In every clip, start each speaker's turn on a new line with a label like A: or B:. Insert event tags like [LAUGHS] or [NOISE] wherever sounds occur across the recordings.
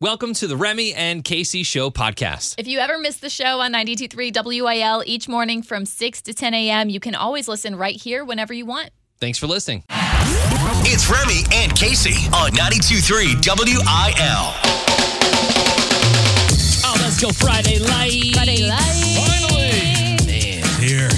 A: Welcome to the Remy and Casey Show podcast.
B: If you ever miss the show on 923 WIL each morning from 6 to 10 a.m., you can always listen right here whenever you want.
A: Thanks for listening.
C: It's Remy and Casey on 92.3 WIL.
A: Oh, let's go Friday light.
B: Friday
A: Finally. Man.
D: Here.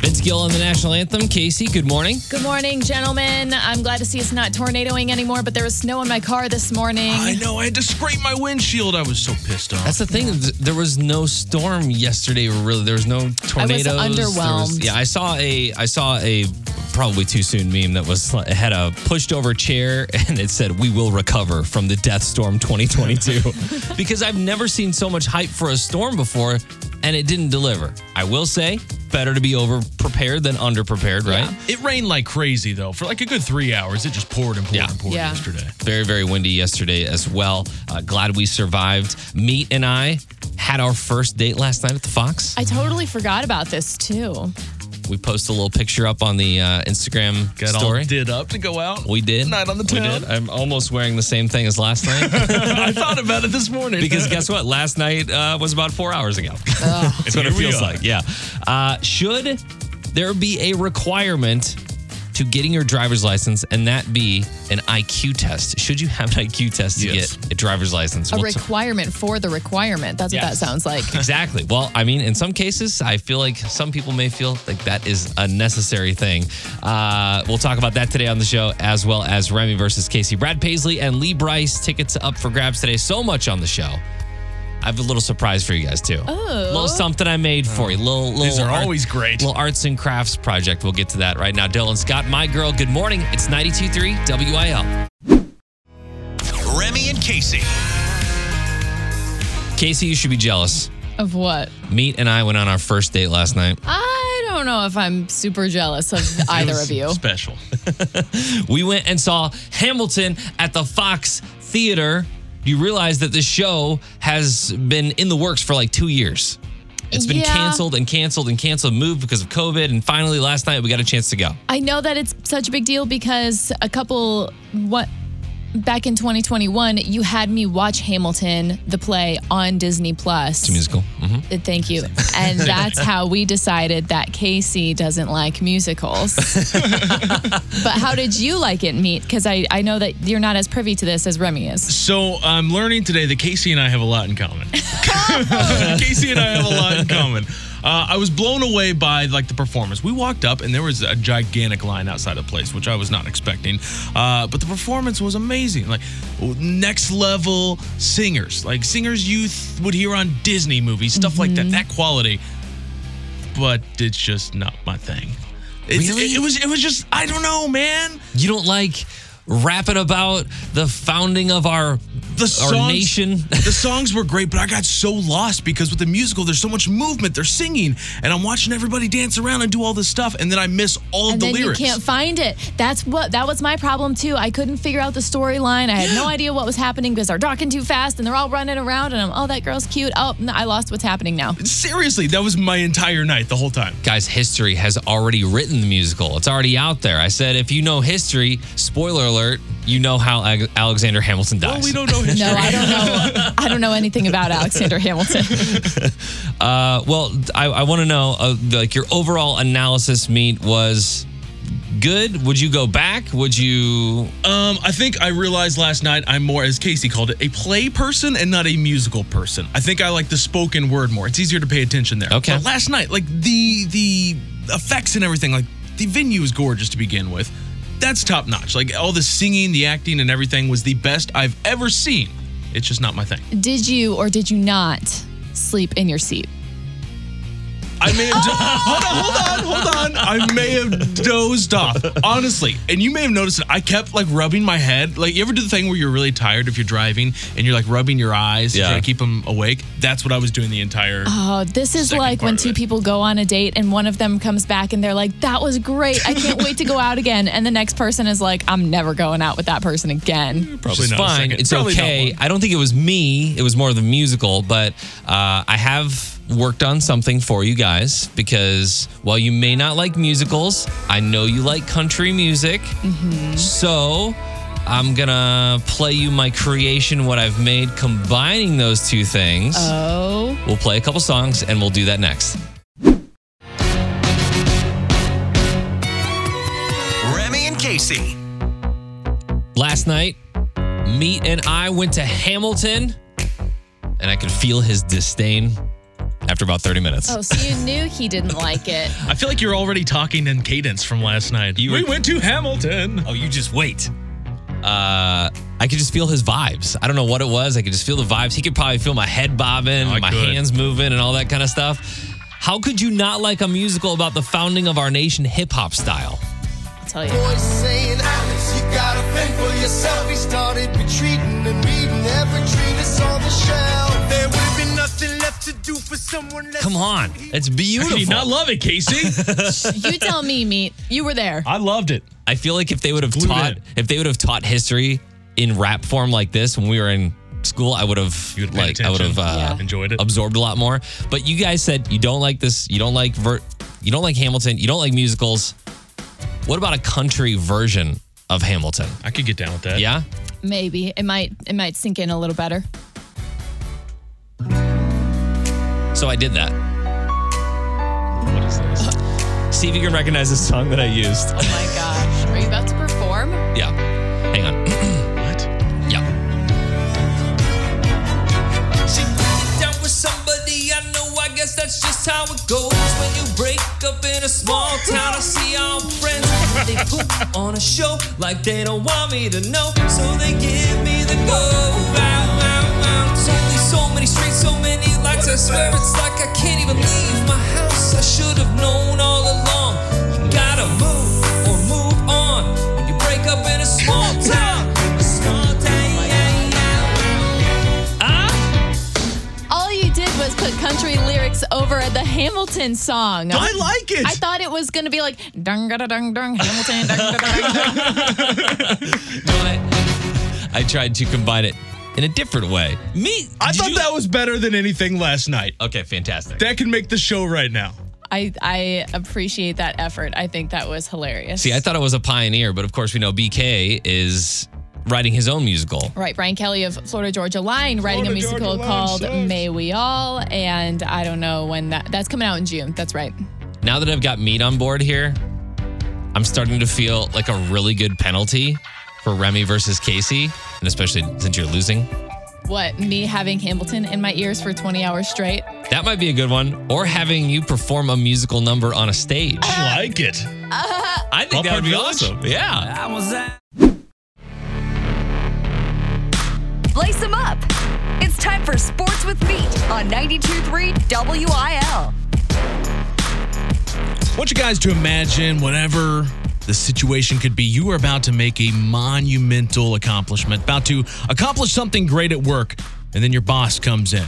A: Vince Gill on the national anthem. Casey, good morning.
B: Good morning, gentlemen. I'm glad to see it's not tornadoing anymore, but there was snow in my car this morning.
D: I know. I had to scrape my windshield. I was so pissed off.
A: That's the thing. th- There was no storm yesterday. Really, there was no tornadoes. There was-
B: underwhelmed.
A: yeah, I saw a. I saw a probably too soon meme that was it had a pushed over chair [LAUGHS] and it said we will recover from the death storm 2022 because I've never seen so much hype for a storm before and it didn't deliver. I will say better to be over prepared than under prepared, right?
D: it rained like crazy though. For like a good three hours, it just poured and poured
A: Yeah.
D: and poured
B: Yeah.
D: yesterday.
A: Very, very windy yesterday as well. Uh, glad we survived. Meat and I had our first date last night at the Fox.
B: I totally forgot about this, too.
A: We post a little picture up on the uh, Instagram
D: Got
A: story.
D: all did up to go out.
A: we did.
D: Night on the
A: We
D: town.
A: did. I'm almost wearing the same thing as last [LAUGHS] night
D: I thought about [LAUGHS] it this morning
A: because guess what? Last night uh, was about four hours [LAUGHS] ago. That's what it
D: Here we
A: feels
D: are.
A: like. Yeah. Uh, should there be a requirement to getting your driver's license, and that be an IQ test? Should you have an IQ test to
D: Yes.
A: get a driver's license?
B: A
A: We'll t-
B: requirement for the requirement. That's what that
A: Yes.
B: sounds like.
A: Exactly. Well, I mean, in some cases, I feel like some people may feel like that is a necessary thing. Uh, we'll talk about that today on the show, as well as Remy versus Casey, Brad Paisley, and Lee Bryce. Tickets up for grabs today. So much on the show. I have a little surprise for you guys too. Oh. little something I made for you. Little, little
D: These are always great.
A: Little arts and crafts project. We'll get to that right now. Dylan Scott, my girl. Good morning. It's 92.3 WIL.
C: Remy and Casey.
A: Casey, you should be jealous.
B: Of what?
A: Meet and I went on our first date last night.
B: I don't know if I'm super jealous of either of you.
D: Special.
A: We went and saw Hamilton at the Fox Theater. You realize that this show has been in the works for like two years. It's been
B: Yeah.
A: canceled and canceled and canceled, moved because of COVID. And finally, last night, we got a chance to go.
B: I know that it's such a big deal because a couple what back in 2021 you had me watch Hamilton the play on Disney Plus.
A: Musical. hmm
B: Uh, Thank you. And that's how we decided that Casey doesn't like musicals. but how did you like it, Meet? Cuz I I know that you're not as privy to this as Remy is.
D: So I'm learning today that Casey and I have a lot in common. Casey and I have a lot in common. Uh, I was blown away by like the performance. We walked up and there was a gigantic line outside the place, which I was not expecting. Uh, but the performance was amazing. Like next level singers, like singers you th- would hear on Disney movies, stuff like that. That quality. But it's just not my thing. It's,
A: Really?
D: It, it was. It was just. I don't know, man.
A: You don't like rapping about the founding of our,
D: the
A: our
D: songs,
A: nation? [LAUGHS]
D: the songs were great, but I got so lost because with the musical, there's so much movement. They're singing, and I'm watching everybody dance around and do all this stuff, and then I miss all of
B: And
D: the
B: then
D: lyrics.
B: you can't find it. That's what that was my problem too. I couldn't figure out the storyline. I had no idea what was happening because they're talking too fast and they're all running around and I'm oh that girl's cute. Oh no, I lost what's happening
D: [LAUGHS]
B: now.
D: Seriously, that was my entire night the whole time.
A: Guys, history has already written the musical. It's already out there. I said, if you know history, spoiler alert, you know how Ag- Alexander Hamilton dies.
D: Well,
B: [LAUGHS]
D: we don't know history.
B: No, I don't know. I don't know anything
D: [LAUGHS]
B: about Alexander Hamilton.
A: Uh, well, I, I want to know, uh, like your overall analysis meet was good. Would you go back? Would you?
D: Um, I think I realized last night I'm more, as Casey called it, a play person and not a musical person. I think I like the spoken word more. It's easier to pay attention there.
A: Okay.
D: But last night, like the the effects and everything, like the venue is gorgeous to begin with. That's top notch. Like all the singing, the acting, and everything was the best I've ever seen. It's just not my thing.
B: Did you or did you not sleep in your seat?
D: I may have do- hold on, hold on, hold on. I may have dozed off, honestly. And you may have noticed it. I kept like rubbing my head. Like you ever do the thing where you're really tired if you're driving and you're like rubbing your eyes to
A: Yeah.
D: try to keep them awake? That's what I was doing the entire.
B: Oh, this is
D: Second
B: like
D: part
B: when
D: of
B: two
D: it.
B: people go on a date and one of them comes back and they're like, "That was great. I can't wait to go out again." And the next person is like, "I'm never going out with that person again."
A: Which is
D: not a
A: fine.
D: second.
A: It's
D: Probably not
A: okay.
D: one.
A: I don't think it was me. It was more the musical, but uh, I have worked on something for you guys because while you may not like musicals, I know you like country music. So I'm gonna play you my creation, what I've made, combining those two things.
B: Oh,
A: We'll play a couple songs and we'll do that next.
C: Remy and Casey.
A: Last night, Meat and I went to Hamilton, and I could feel his disdain after about 30 minutes.
B: oh, so you knew he didn't like it.
D: I feel like you're already talking in cadence from last night.
A: You
D: we
A: were-
D: went to Hamilton.
A: Oh, you just wait. Uh, I could just feel his vibes. I don't know what it was. I could just feel the vibes. He could probably feel my head bobbing,
D: Oh, I
A: my
D: could.
A: hands moving, and all that kind of stuff. How could you not like a musical about the founding of our nation, hip hop style?
B: I'll tell you.
E: saying Alex, you gotta fend for yourself. He started retreating and reading every tree that's on the shelf. There would have been nothing left to do for someone less.
A: Come on, it's
D: How
A: beautiful.
D: can you not love it, Casey?
B: You tell me, meat. You were there.
D: I loved it.
A: [LAUGHS] I feel like if they would have
D: Blew it
A: taught
D: in.
A: if they would have taught history in rap form like this when we were in school, I would have
D: You would've paid
A: like I would have
D: attention.
A: uh,
D: Yeah. Enjoyed it.
A: absorbed a lot more. But you guys said you don't like this, you don't like ver- you don't like Hamilton, you don't like musicals. What about a country version of Hamilton?
D: I could get down with that.
A: Yeah,
B: Maybe it might it might sink in a little better.
A: so I did that.
D: What is
A: [LAUGHS]
D: this?
A: See if you can recognize the song that I used.
B: Oh my gosh, are you about to perform?
A: yeah, hang on.
D: What?
A: Yeah. She broke down with somebody I know. I guess that's just how it goes when you break up in a small town. I see our friends they poop on a show like they don't want me to know, so they give me the go. Wow, wow, wow. It's only so many streets, so many lights. I swear it's like I can't even leave my house. I should have known all along. You gotta move or move on when you break up in a small town. A small town. yeah, yeah. Ah.
B: All you did was put country lyrics over the Hamilton song.
D: I like it.
B: I thought it was gonna be like dung da dung dung Hamilton. Dung, da, da, dung, dung.
A: but I tried to combine it in a different way. Me,
D: I
A: did
D: thought
A: you-
D: that was better than anything last night.
A: Okay, fantastic.
D: That can make the show right now.
B: I I appreciate that effort. I think that was hilarious.
A: See, I thought it was a pioneer, but of course we know BK is writing his own musical.
B: Right, Brian Kelly of Florida Georgia Line writing a
D: Florida Georgia
B: musical
D: Line
B: called
D: sucks.
B: "May We All," and I don't know when that that's coming out in June. That's right.
A: Now that I've got meat on board here, I'm starting to feel like a really good penalty for Remy versus Casey, and especially since you're losing.
B: What me having Hamilton in my ears for 20 hours straight?
A: That might be a good one, or having you perform a musical number on a stage.
D: I like it.
A: I think that would be
D: Ballpark Village?
A: awesome. Yeah.
F: Lace them up. It's time for Sports with Meat on 92.3 WIL.
D: I want you guys to imagine whatever the situation could be. You are about to make a monumental accomplishment, about to accomplish something great at work, and then your boss comes in.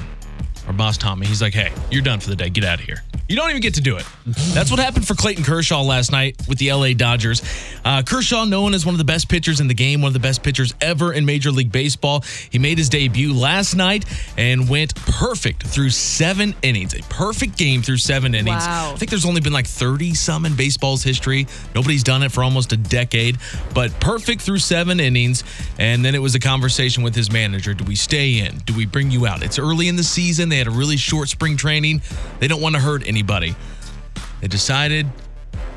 D: Our boss, Tommy, he's like, hey, you're done for the day. Get out of here. You don't even get to do it. That's what happened for Clayton Kershaw last night with the LA Dodgers. Uh, Kershaw, known as one of the best pitchers in the game, one of the best pitchers ever in Major League Baseball, he made his debut last night and went perfect through seven innings. A perfect game through seven innings.
B: Wow.
D: I think there's only been like 30 some in baseball's history. Nobody's done it for almost a decade, but perfect through seven innings. And then it was a conversation with his manager. Do we stay in? Do we bring you out? It's early in the season. They had a really short spring training. They don't want to hurt anybody. They decided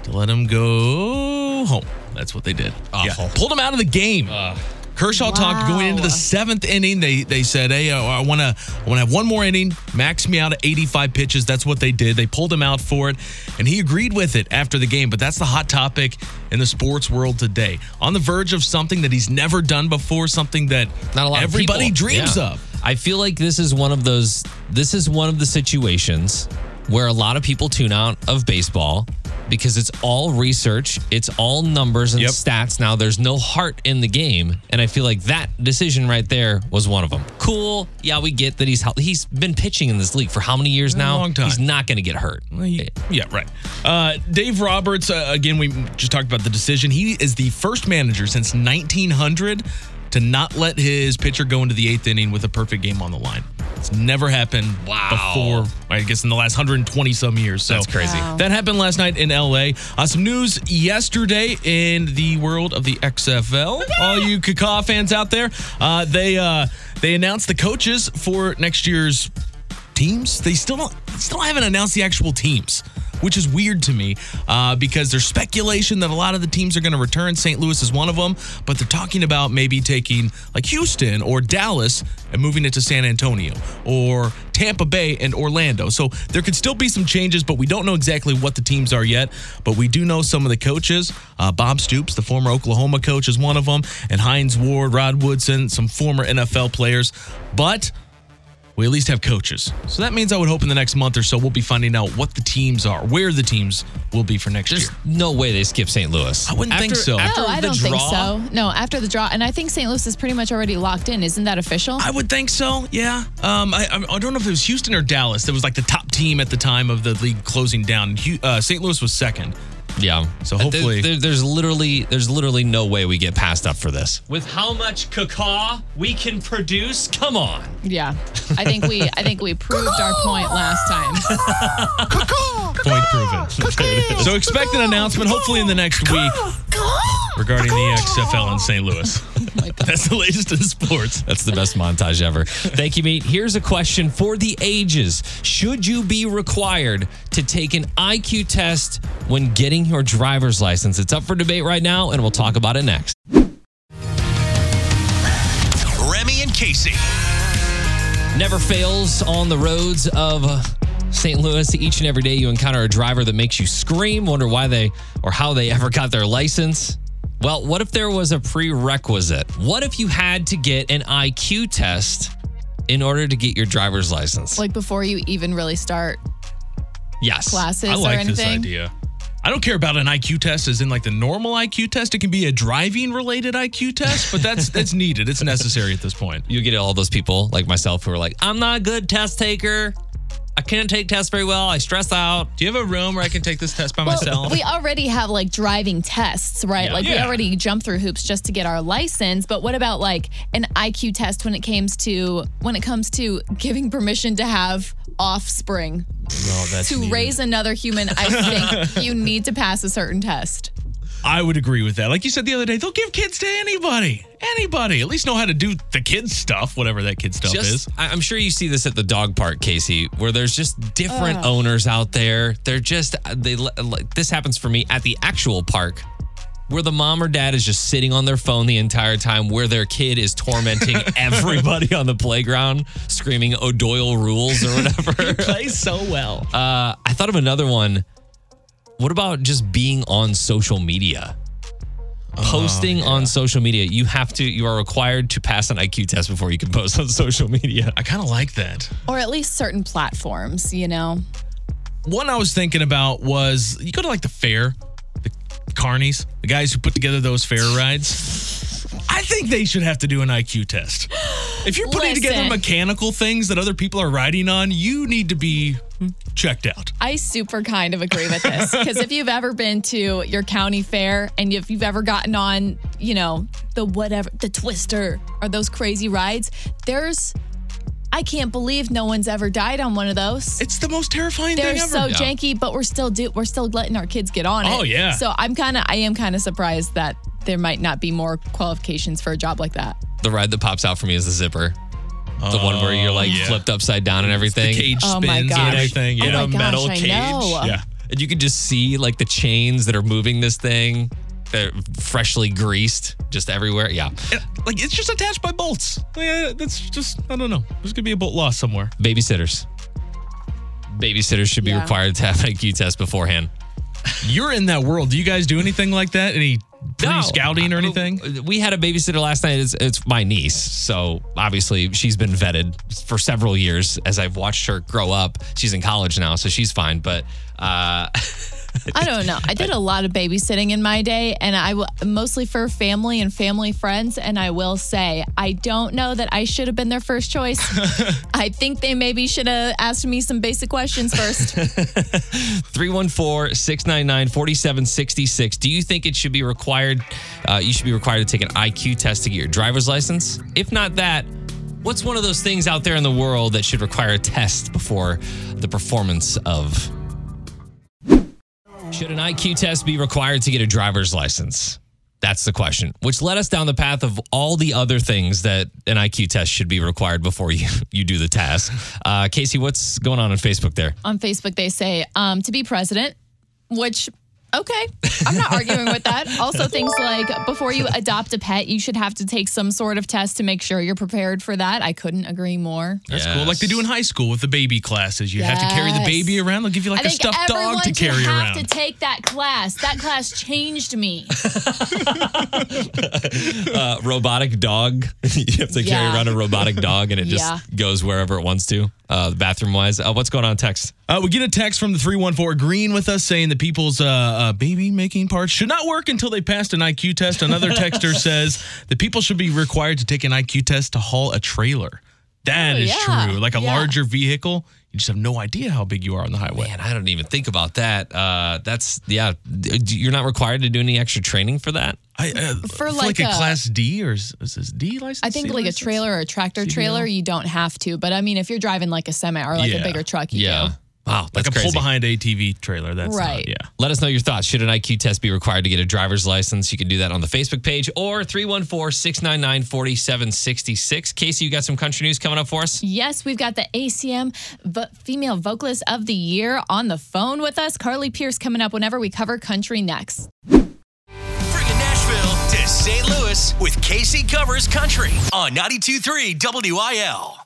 D: to let him go home. That's what they did.
A: Awful.
D: Pulled him out of the game.
A: Uh,
D: Kershaw talked going into the seventh inning. They they said, "Hey, uh, I want to I want to have one more inning. Max me out at 85 pitches." That's what they did. They pulled him out for it, and he agreed with it after the game. But that's the hot topic in the sports world today. On the verge of something that he's never done before, something that
A: Not a lot
D: everybody
A: of people.
D: dreams
A: Yeah.
D: of.
A: I feel like this is one of those this is one of the situations where a lot of people tune out of baseball because it's all research, it's all numbers and
D: Yep.
A: stats now. There's no heart in the game. And I feel like that decision right there was one of them. Cool. Yeah, we get that he's healthy. He's been pitching in this league for how many years now?
D: long time.
A: He's not going to get hurt.
D: Yeah, right. Uh, Dave Roberts, uh, again, we just talked about the decision. He is the first manager since 1900 to not let his pitcher go into the eighth inning with a perfect game on the line. It's never happened
A: Wow.
D: before, I guess, in the last 120 some years. So
A: That's crazy.
B: Wow.
D: That happened last night in LA. Uh, some news yesterday in the world of the XFL. All you Kaka fans out there, uh, they uh, they announced the coaches for next year's teams. They still don't, still haven't announced the actual teams, which is weird to me uh, because there's speculation that a lot of the teams are going to return. St. Louis is one of them, but they're talking about maybe taking like Houston or Dallas and moving it to San Antonio or Tampa Bay and Orlando. So there could still be some changes, but we don't know exactly what the teams are yet. But we do know some of the coaches. Uh, Bob Stoops, the former Oklahoma coach, is one of them, and Heinz Ward, Rod Woodson, some former NFL players. But we at least have coaches. So that means I would hope in the next month or so we'll be finding out what the teams are, where the teams will be for next
A: There's
D: year.
A: no way they skip St. Louis.
D: I wouldn't think so.
A: After
B: No, I
A: the
B: don't think
A: draw,
B: so. No, after the draw, and I think St. Louis is pretty much already locked in. Isn't that official?
D: I would think so. Yeah. Um, I, I- I don't know if it was Houston or Dallas that was like the top team at the time of the league closing down. Hu- Uh, St. Louis was second.
A: Yeah.
D: So
A: There-
D: hopefully-
A: there- there's literally there's literally no way we get passed up for this. With how much caca we can produce, come on.
B: yeah, I think we I think we proved our point last time. [LAUGHS]
D: Point proven. [LAUGHS] so expect an announcement hopefully in the next week regarding the E XFL in St. Louis. [LAUGHS] That's the latest in sports.
A: That's the best montage ever. Thank you, mate. Here's a question for the ages. Should you be required to take an IQ test when getting your driver's license? It's up for debate right now, and we'll talk about it next.
C: Remy and Casey.
A: never fails on the roads of uh, St. Louis. Each and every day you encounter a driver that makes you scream, wonder why they or how they ever got their license. Well, what if there was a prerequisite? What if you had to get an IQ test in order to get your driver's license?
B: Like before you even really start
A: yes.
B: classes
D: I like
B: or
D: this
B: anything.
D: idea. I don't care about an IQ test as in like the normal IQ test. It can be a driving related IQ test,
B: [LAUGHS]
D: but that's that's needed. It's necessary at this point.
A: You get all those people like myself who are like, I'm not a good test taker. I can't take tests very well. I stress out.
D: Do you have a room where I can take this test by
B: Well,
D: myself?
B: we already have like driving tests, right? Like we
D: Yeah.
B: already jump through hoops just to get our license. But what about like an IQ test when it comes to when it comes to giving permission to have offspring?
D: No, that's
B: To
D: needed.
B: raise another human, I
D: [LAUGHS]
B: think you need to pass a certain test.
D: I would agree with that. Like you said the other day, they'll give kids to anybody. Anybody. At least know how to do the kids stuff, whatever that kid stuff is.
A: just I- i'm sure you see this at the dog park casey where there's just different owners out there they're just they le- like this happens for me at the actual park where the mom or dad is just sitting on their phone the entire time where their kid is tormenting everybody on the playground screaming o'doyle rules or whatever
D: Plays so well.
A: uh, i thought of another one what about just being on social media posting on social media you have to you are required to pass an iq test before you can post on social media
D: I kind of like that.
B: Or at least certain platforms, you know?
D: One I was thinking about was you go to like the fair, the carnies, the guys who put together those
B: [LAUGHS]
D: fair rides. I think they should have to do an IQ test. If you're putting together
B: Listen.
D: mechanical things that other people are riding on, you need to be
B: Hmm.
D: checked out.
B: I super kind of agree with this because if you've ever been to your county fair and if you've ever gotten on, you know, the whatever, the twister or those crazy rides, there's, I can't believe no one's ever died on one of those.
D: It's the most terrifying
B: They're
D: thing
B: so
D: ever.
B: janky, but we're still do we're still letting our kids get on it.
D: Oh, yeah.
B: So I'm kind of I am kind of surprised that there might not be more qualifications for a job like that.
A: the ride that pops out for me is the zipper. The one where you're like
D: Oh, yeah.
A: flipped upside down and everything.
D: Cage
B: Oh my
D: spins
B: gosh.
D: and everything.
B: Oh
D: Yeah.
B: my gosh,
A: metal
B: I
A: cage.
B: know.
D: yeah.
A: And you can just see like the chains that are moving this thing. They're freshly greased just everywhere. Yeah.
D: And, Like it's just attached by bolts. Yeah, that's just I don't know. There's gonna be a bolt loss somewhere.
A: Babysitters. Babysitters should be
B: Yeah.
A: required to have an IQ test beforehand.
D: You're in that world. Do you guys do anything like that? Any pre-scouting
A: No. Uh,
D: or anything?
A: We had a babysitter last night. It's, it's my niece. So obviously she's been vetted for several years as I've watched her grow up. She's in college now, so she's fine. But uh, [LAUGHS]
B: I don't know. I did a lot of babysitting in my day, and I w- mostly for family and family friends. And I will say, I don't know that I should have been their first choice.
D: [LAUGHS]
B: I think they maybe should have asked me some basic questions
D: [LAUGHS]
B: first.
A: 314 699 4766. Do you think it should be required? Uh, you should be required to take an IQ test to get your driver's license? If not that, What's one of those things out there in the world that should require a test before the performance of? Should an IQ test be required to get a driver's license? That's the question, which led us down the path of all the other things that an IQ test should be required before you, [LAUGHS] you do the task. Uh, Casey, what's going on on Facebook there?
B: on Facebook they say um, to be president, which okay, I'm not arguing with that.
D: [LAUGHS]
B: Also, things like before you adopt a pet, you should have to take some sort of test to make sure you're prepared for that. I couldn't agree more.
D: That's cool. Like they do in high school with the baby classes. You have to carry the
B: Yes.
D: baby around. They'll give you like
B: I
D: a
B: think
D: stuffed
B: everyone
D: dog to
B: should
D: carry
B: have
D: around.
B: to take that class. That class changed me.
A: Uh, robotic dog. [LAUGHS] you have to carry
B: Yeah.
A: around a robotic dog and it just
B: Yeah.
A: goes wherever it wants to, uh, bathroom wise. Uh, what's going on, text?
D: Uh, we get a text from the 314 agreeing with us saying the people's uh, uh, baby making parts should not work until they passed an IQ test. Another [LAUGHS] texter says the people should be required to take an IQ test to haul a trailer. That
B: Oh,
D: is
B: yeah.
D: true. Like a
B: Yeah.
D: larger vehicle, you just have no idea how big you are on the highway.
A: Man, I don't even think about that. Uh, that's, yeah, d- d- you're not required to do any extra training for that.
D: I, uh,
B: For
D: it's
B: like
D: a,
B: a-
D: class D or is, is this D license?
B: I think
D: C
B: like a
D: license?
B: trailer or a tractor trailer, you don't have to. But I mean, if you're driving like a semi or like
D: Yeah.
B: a bigger truck, you do.
A: Wow, that's
D: like a
A: crazy.
D: pull behind ATV trailer. That's
B: Right.
D: Not, yeah.
A: Let us know your thoughts. Should an IQ test be required to get a driver's license? You can do that on the Facebook page or 314 699 4766. Casey, you got some country news coming up for us?
B: Yes, we've got the ACM vo- Female Vocalist of the Year on the phone with us. Carly Pierce coming up whenever we cover country next.
C: Bringing Nashville to St. Louis with Casey Covers Country on 92.3 WIL.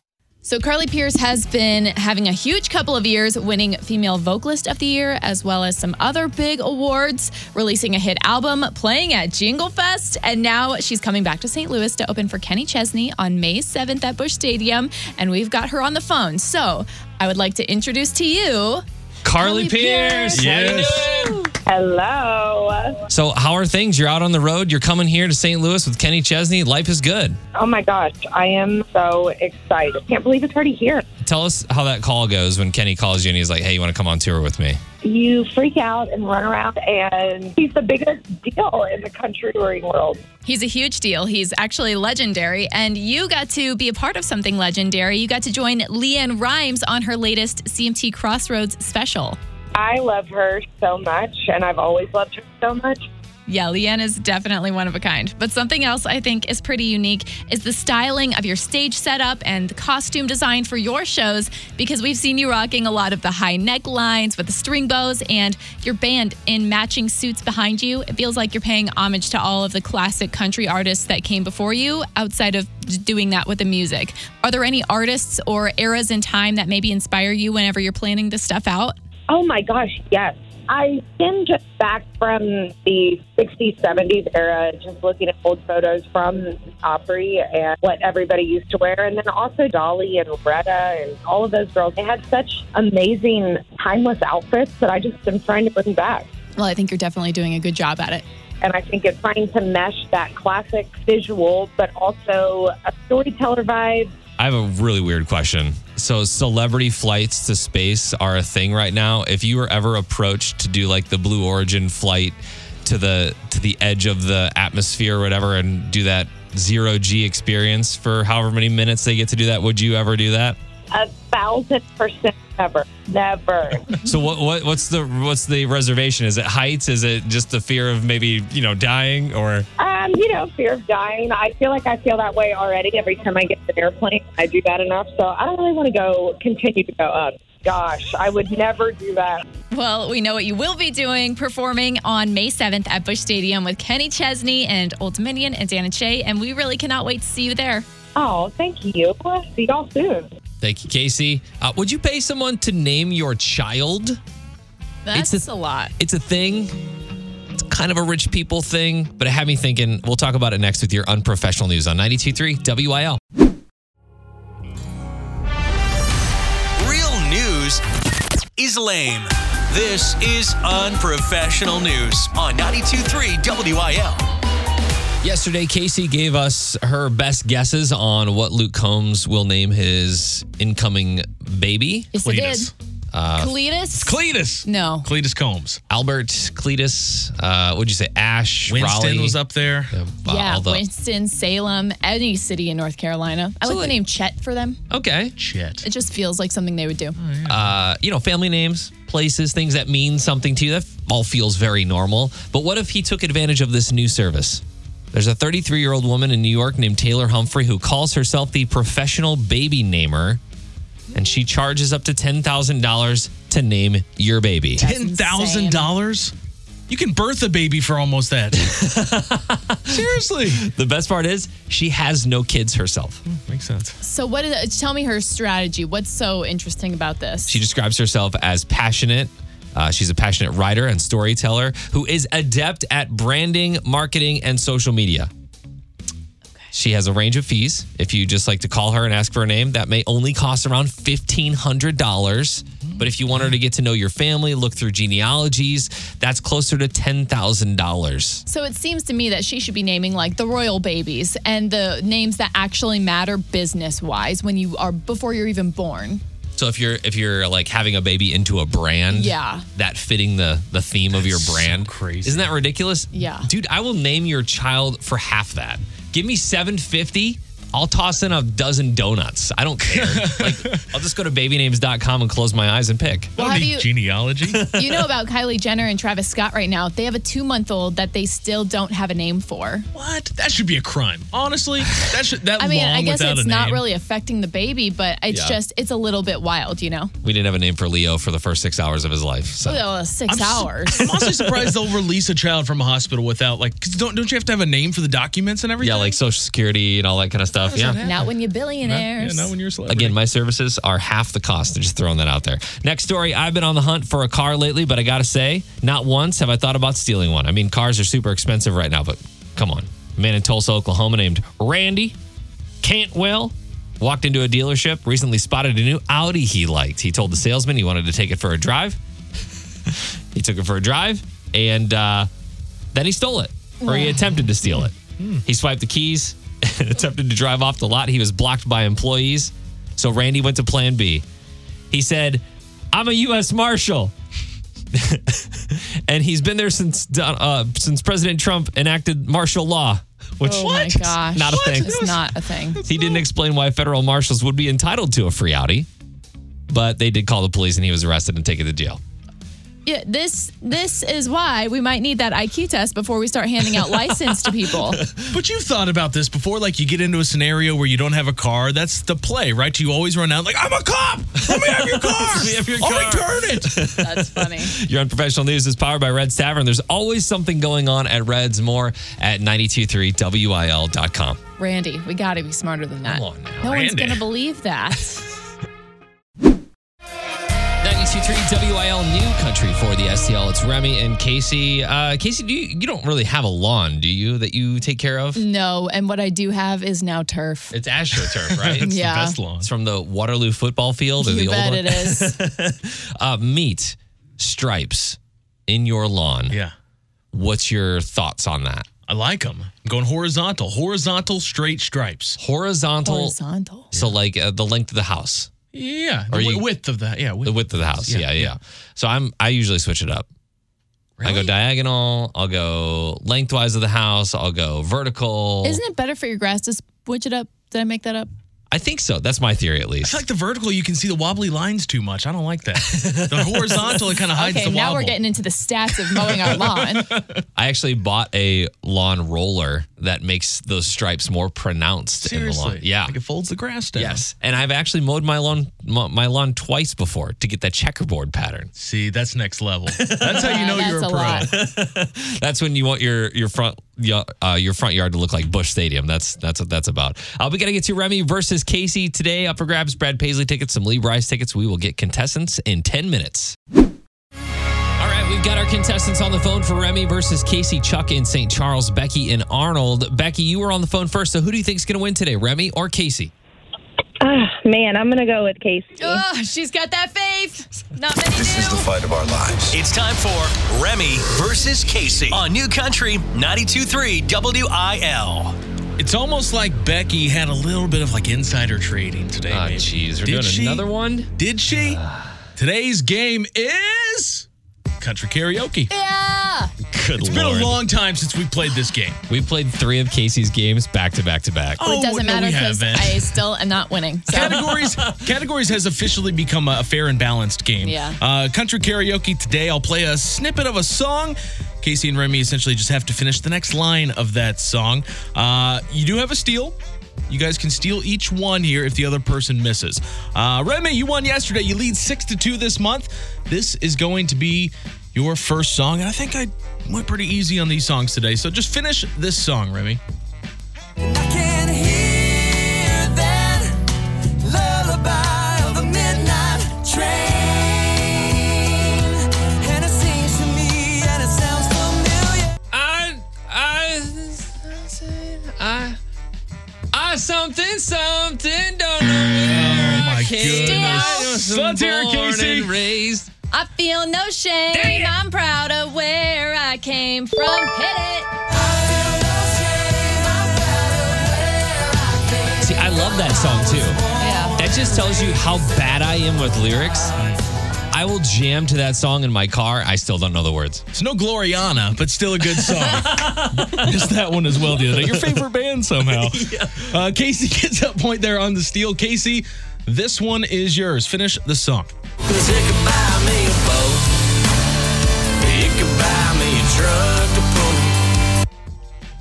B: So, Carly Pierce has been having a huge couple of years, winning Female Vocalist of the Year, as well as some other big awards, releasing a hit album, playing at Jingle Fest, and now she's coming back to St. Louis to open for Kenny Chesney on May 7th at Bush Stadium, and we've got her on the phone. So, I would like to introduce to you
A: Carly,
B: Carly
A: Pierce.
B: Pierce.
A: How you doing?
G: Hello.
A: So, how are things? You're out on the road. You're coming here to St. Louis with Kenny Chesney. Life is good.
G: Oh my gosh, I am so excited. Can't believe it's already here.
A: Tell us how that call goes when Kenny calls you and he's like, hey, you want to come on tour with me?
G: You freak out and run around, and he's the biggest deal in the country touring world.
B: He's a huge deal. He's actually legendary. And you got to be a part of something legendary. You got to join Leanne Rhymes on her latest CMT Crossroads special.
G: I love her so much, and I've always loved her so much.
B: Yeah, Leanne is definitely one of a kind. But something else I think is pretty unique is the styling of your stage setup and the costume design for your shows because we've seen you rocking a lot of the high necklines with the string bows and your band in matching suits behind you. It feels like you're paying homage to all of the classic country artists that came before you outside of j- doing that with the music. Are there any artists or eras in time that maybe inspire you whenever you're planning this stuff out?
G: Oh my gosh, yes. I am just back from the 60s, 70s era, just looking at old photos from Opry and what everybody used to wear. And then also Dolly and Retta and all of those girls. They had such amazing, timeless outfits that I just am trying to bring back.
B: Well, I think you're definitely doing a good job at it.
G: And I think it's trying to mesh that classic visual, but also a storyteller vibe.
A: I have a really weird question. So, celebrity flights to space are a thing right now. If you were ever approached to do like the Blue Origin flight to the to the edge of the atmosphere or whatever, and do that zero G experience for however many minutes they get to do that, would you ever do that?
G: A thousand percent never, never.
A: So, what, what what's the what's the reservation? Is it heights? Is it just the fear of maybe you know dying or?
G: Um, you know, fear of dying. I feel like I feel that way already every time I get to an airplane. I do that enough, so I don't really want to go continue to go up. Gosh, I would never do that.
B: Well, we know what you will be doing performing on May 7th at Bush Stadium with Kenny Chesney and Old Dominion and Dana Che, and we really cannot wait to see you there.
G: Oh, thank you. See y'all soon.
A: Thank you, Casey. Uh, would you pay someone to name your child? It's
B: That's
A: a-
B: a, lot.
A: It's a thing. It's kind of a rich people thing, but it had me thinking. We'll talk about it next with your unprofessional news on 92.3 WIL.
C: Real news is lame. This is unprofessional news on 92.3 WIL.
A: Yesterday, Casey gave us her best guesses on what Luke Combs will name his incoming baby.
B: Yes, it
D: Cletus.
B: did. Uh, Cletus?
D: Cletus.
B: No.
D: Cletus Combs.
A: Albert, Cletus, uh, what'd you say? Ash,
D: Winston
A: Raleigh.
D: was up there.
A: Uh,
B: yeah,
A: all the-
B: Winston, Salem, any city in North Carolina. I like the name Chet for them.
A: okay.
D: Shit.
B: It just feels like something they would do.
A: Uh, you know, family names, places, things that mean something to you. That all feels very normal. But what if he took advantage of this new service? There's a 33 year old woman in New York named Taylor Humphrey who calls herself the professional baby namer, and she charges up to $10,000 to name your baby.
D: Ten thousand dollars. You can birth a baby for almost
A: [LAUGHS]
D: that. Seriously.
A: [LAUGHS] The best part is she has no kids herself.
D: Makes sense.
B: So what is uh, tell me her strategy. What's so interesting about this?
A: She describes herself as passionate. Uh, she's a passionate writer and storyteller who is adept at branding, marketing, and social media. She has a range of fees. If you just like to call her and ask for a name, that may only cost around $1,500. dollars But if you want her to get to know your family, look through genealogies, that's closer to $10,000.
B: so it seems to me that she should be naming like the royal babies and the names that actually matter business wise when you are before you're even born.
A: So if you're if you're like having a baby into a brand,
B: Yeah.
A: that fitting the the theme of your
D: so
A: brand,
D: crazy.
A: Isn't that ridiculous?
B: Yeah.
A: dude, I will name your child for half that. Give me seven fifty. I'll toss in a dozen donuts. I don't
D: [LAUGHS]
A: care. like, I'll just go to babynames.com and close my eyes and pick.
D: I
B: Well,
D: don't
B: have
D: need
B: you- [LAUGHS]
D: genealogy.
B: You know about Kylie Jenner and Travis Scott right now. They have a 2-month old that they still don't have a name for.
D: what? That should be a crime. Honestly, that should that
B: I mean,
D: long
B: I guess
D: without
B: it's
D: a
B: not
D: name.
B: really affecting the baby, but it's
A: Yeah.
B: just it's a little bit wild, you know.
A: We didn't have a name for Leo for the first six hours of his life. So.
B: Oh, 6
D: I'm su-
B: hours.
D: [LAUGHS]
B: [LAUGHS]
D: I'm honestly surprised they'll release a child from a hospital without like. do don't don't you have to have a name for the documents and everything?
A: Yeah, like social security and all that kind of stuff. Yeah.
B: Not when you're
D: Not-
B: billionaires.
D: Yeah, not when you're a celebrity.
A: Again, my services are half the cost. I'm just throwing that out there. Next story I've been on the hunt for a car lately, but I got to say, not once have I thought about stealing one. I mean, cars are super expensive right now, but come on. A man in Tulsa, Oklahoma named Randy Cantwell walked into a dealership, recently spotted a new Audi he liked. He told the salesman he wanted to take it for a drive. [LAUGHS] he took it for a drive, and uh, then he stole it, or he attempted to steal it.
B: Hmm.
A: He swiped the keys [LAUGHS] and attempted to drive off the lot. He was blocked by employees. So Randy went to plan B. He said, I'm a U.S. Marshal. [LAUGHS] and he's been there since uh, since President Trump enacted martial law, which [LAUGHS]
B: Oh my gosh.
A: not a thing.
B: It's not a thing.
A: He didn't explain why federal marshals would be entitled to a free Audi, but they did call the police and he was arrested and taken to jail.
B: Yeah, this this is why we might need that IQ test before we start handing out license to people.
D: But you've thought about this before, like you get into a scenario where you don't have a car. That's the play, right? You always run out like, I'm a cop. Let
A: [LAUGHS]
D: me have your car.
A: Let me have your car."
D: I'll return it.
B: That's funny.
A: Your unprofessional news is powered by Red's Tavern. There's always something going on at Red's. More at 923wil.com.
B: Randy, we got to be smarter than that.
A: Come on now,
B: no one's
D: Randy.
B: going to believe that.
A: 923 WIL New Country for the STL. It's Remy and Casey. Uh, Casey, do you, you don't really have a lawn, do you, that you take care of?
B: no, and what I do have is now turf.
A: It's
B: [LAUGHS]
A: AstroTurf, right?
D: It's
B: Yeah.
D: the best lawn.
A: It's from the Waterloo football field or the
B: you
A: old
B: bet
A: one.
B: it is.
A: Uh, meat stripes in your lawn.
D: Yeah.
A: What's your thoughts on that?
D: I like them. I'm going horizontal, horizontal straight stripes.
A: Horizontal.
B: Horizontal.
A: So like uh, the length of the house,
D: Yeah. The
A: Are
D: wi-
A: you-
D: width of that. Yeah. Width.
A: the width of the house. Yeah,
D: Yeah,
A: yeah. So I'm I usually switch it up. I go diagonal. I'll go lengthwise of the house. I'll go vertical.
B: Isn't it better for your grass to switch it up? Did I make that up?
A: I think so. That's my theory at
D: I
A: least.
D: feel like the vertical, you can see the wobbly lines too much. I don't like that. The horizontal, it kind of hides
B: Okay,
D: the
B: now
D: wobble.
B: we're getting into the stats of mowing our
D: [LAUGHS]
B: lawn.
A: I actually bought a lawn roller that makes those stripes more pronounced
D: Seriously.
A: in the lawn. Yeah.
D: Like it folds the grass down.
A: Yes. And I've actually mowed my lawn my, my lawn twice before to get that checkerboard pattern.
D: See, that's
A: [LAUGHS]
D: next level. That's how you know
B: Yeah,
D: you're a
B: Uh, that's
D: pro.
B: a lot.
D: [LAUGHS]
A: That's when you want your your front your, uh, your front yard to look like Bush Stadium. That's that's what that's about. Uh, we got to get to Remy versus Casey today. Up for grabs: Brad Paisley tickets, some Lee Bryce tickets. We will get contestants in ten minutes. All right, we've got our contestants on the phone for Remy versus Casey Chuck in St. Charles, Becky and Arnold. Becky, you were on the phone first, so who do you think is going to win today, Remy or Casey?
G: Ah, man, I'm going to go with Casey.
B: oh, she's got that faith. Not many
E: This
B: do.
E: is the fight of our lives.
C: It's time for Remy versus Casey on New Country 923 WIL.
D: It's almost like Becky had a little bit of like insider trading today.
A: Ah,
D: maybe.
A: jeez, we're
D: Did
A: doing Ah.
D: she?
A: another one.
D: Did she? Today's game is country karaoke.
B: Yeah.
A: Good
D: It's been a long time since we played this game.
A: We played three of Casey's games back to back to back.
D: Oh,
B: it doesn't
D: no,
B: matter
D: we
B: because
D: haven't.
B: I still am not winning. So.
D: [LAUGHS] categories categories has officially become a fair and balanced game.
B: Yeah.
D: Uh, country karaoke today. I'll play a snippet of a song. Casey and Remy essentially just have to finish the next line of that song. Uh, you do have a steal. You guys can steal each one here if the other person misses. Uh, Remy, you won yesterday. You lead six to two this month. This is going to be your first song, and I think I went pretty easy on these songs today. So just finish this song, Remy.
E: I can hear that lullaby of the midnight train. And it sings to me and it sounds familiar.
A: I, I, I, I, something, something, don't know where
D: my
A: Oh goodness.
D: Steal. Let's hear it, Casey.
A: Raised.
B: I feel no shame. I'm proud of where I came from. Hit it.
A: See, I love that song too.
B: Yeah.
A: That just tells you how bad I am with lyrics. I will jam to that song in my car. I still don't know the words.
D: It's no Gloriana, but still a good song. [LAUGHS] Missed that one as well the other day. Your favorite band somehow. uh, Casey gets that point there on the steal. Casey, this one is yours. Finish the song.
E: Cause it could buy me a boat. It could buy me a truck to pull.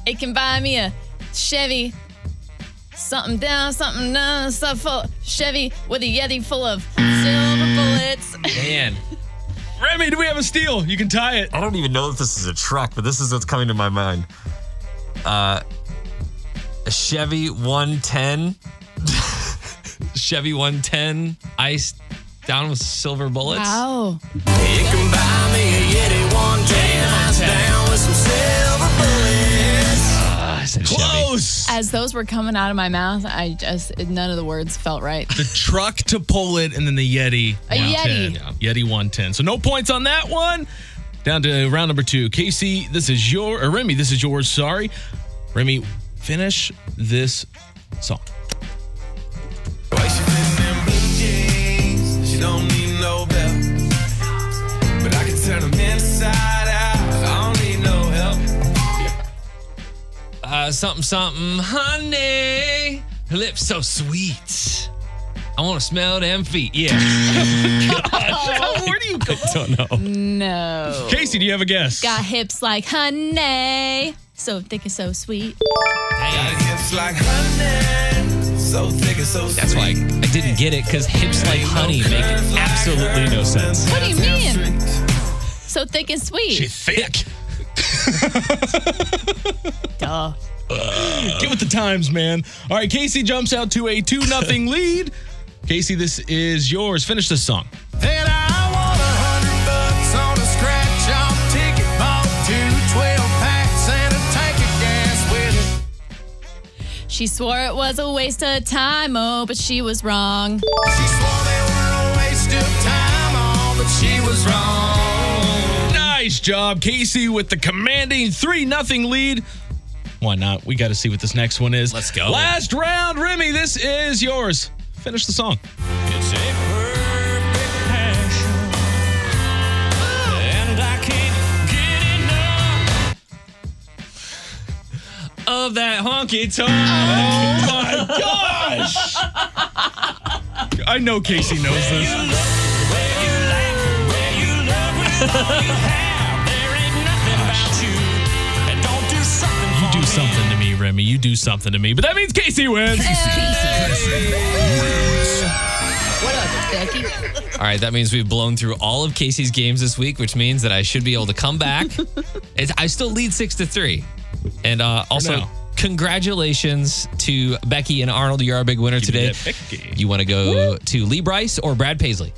B: It can buy me a Chevy. Something down, something down, stuff full. Chevy with a Yeti full of silver bullets.
D: Man. Remy, do we have a steal? You can tie it.
A: I don't even know if this is a truck, but this is what's coming to my mind. Uh, a Chevy 110. [LAUGHS] Chevy 110 iced down with silver bullets.
B: Wow.
E: It can buy me a Yeti one day. Nice down with some silver bullets.
A: I said Ah, Chevy.
D: Close.
B: As those were coming out of my mouth, I just, none of the words felt right.
D: The truck to pull it and then the Yeti.
B: A
D: 110.
B: Yeti.
D: Yeti 110. So no points on that one. Down to round number two. Casey, this is your, or Remy, this is yours. Sorry. Remy, finish this song.
E: Why she fitting in blue jeans? She don't need no belt. But I can turn them inside out. I don't need no help.
D: [LAUGHS]
A: Uh, something, something, honey. Her lips so sweet. I want to smell them feet. Yeah.
D: Where do you come
A: don't know.
B: No.
D: Casey, do you have a guess?
B: Got hips like honey. So thick and so sweet.
E: Got hips like honey. So thick and so
A: That's why I,
E: sweet.
A: I didn't get it because hips like honey make absolutely no sense.
B: What do you mean? So thick and
A: [LAUGHS]
B: sweet.
D: thick.
B: Duh.
D: Get with the times, man. All right, Casey jumps out to a
A: [LAUGHS]
D: 2 nothing lead. Casey, this is yours. Finish this song.
E: And I want a hundred bucks on a scratch off ticket. Bought two 12 packs and a tank of gas with it.
B: She swore it was a waste of time, oh, but she was wrong.
E: She swore they were a waste of time, all but she was wrong.
D: Nice job, Casey, with the commanding 3 nothing lead. Why not? We got to see what this next one is.
A: Let's go.
D: Last round, Remy, this is yours. Finish the song.
E: It's a perfect passion. And I can't get enough.
A: Of that honky tonk.
E: Oh
D: Gosh! I know Casey knows this.
E: You laugh when you love with all you have. There ain't nothing about you. And don't do something
D: You do something to me, Remy. You do something to me. But that means Casey wins.
B: What up, Becky?
A: All right, that means we've blown through all of Casey's games this week, which means that I should be able to come [LAUGHS] back. It's, I still lead six to three. And uh, also,
D: now.
A: congratulations to Becky and Arnold. You're our big winner today.
D: that Becky.
A: You want to go to Lee Bryce or Brad Paisley?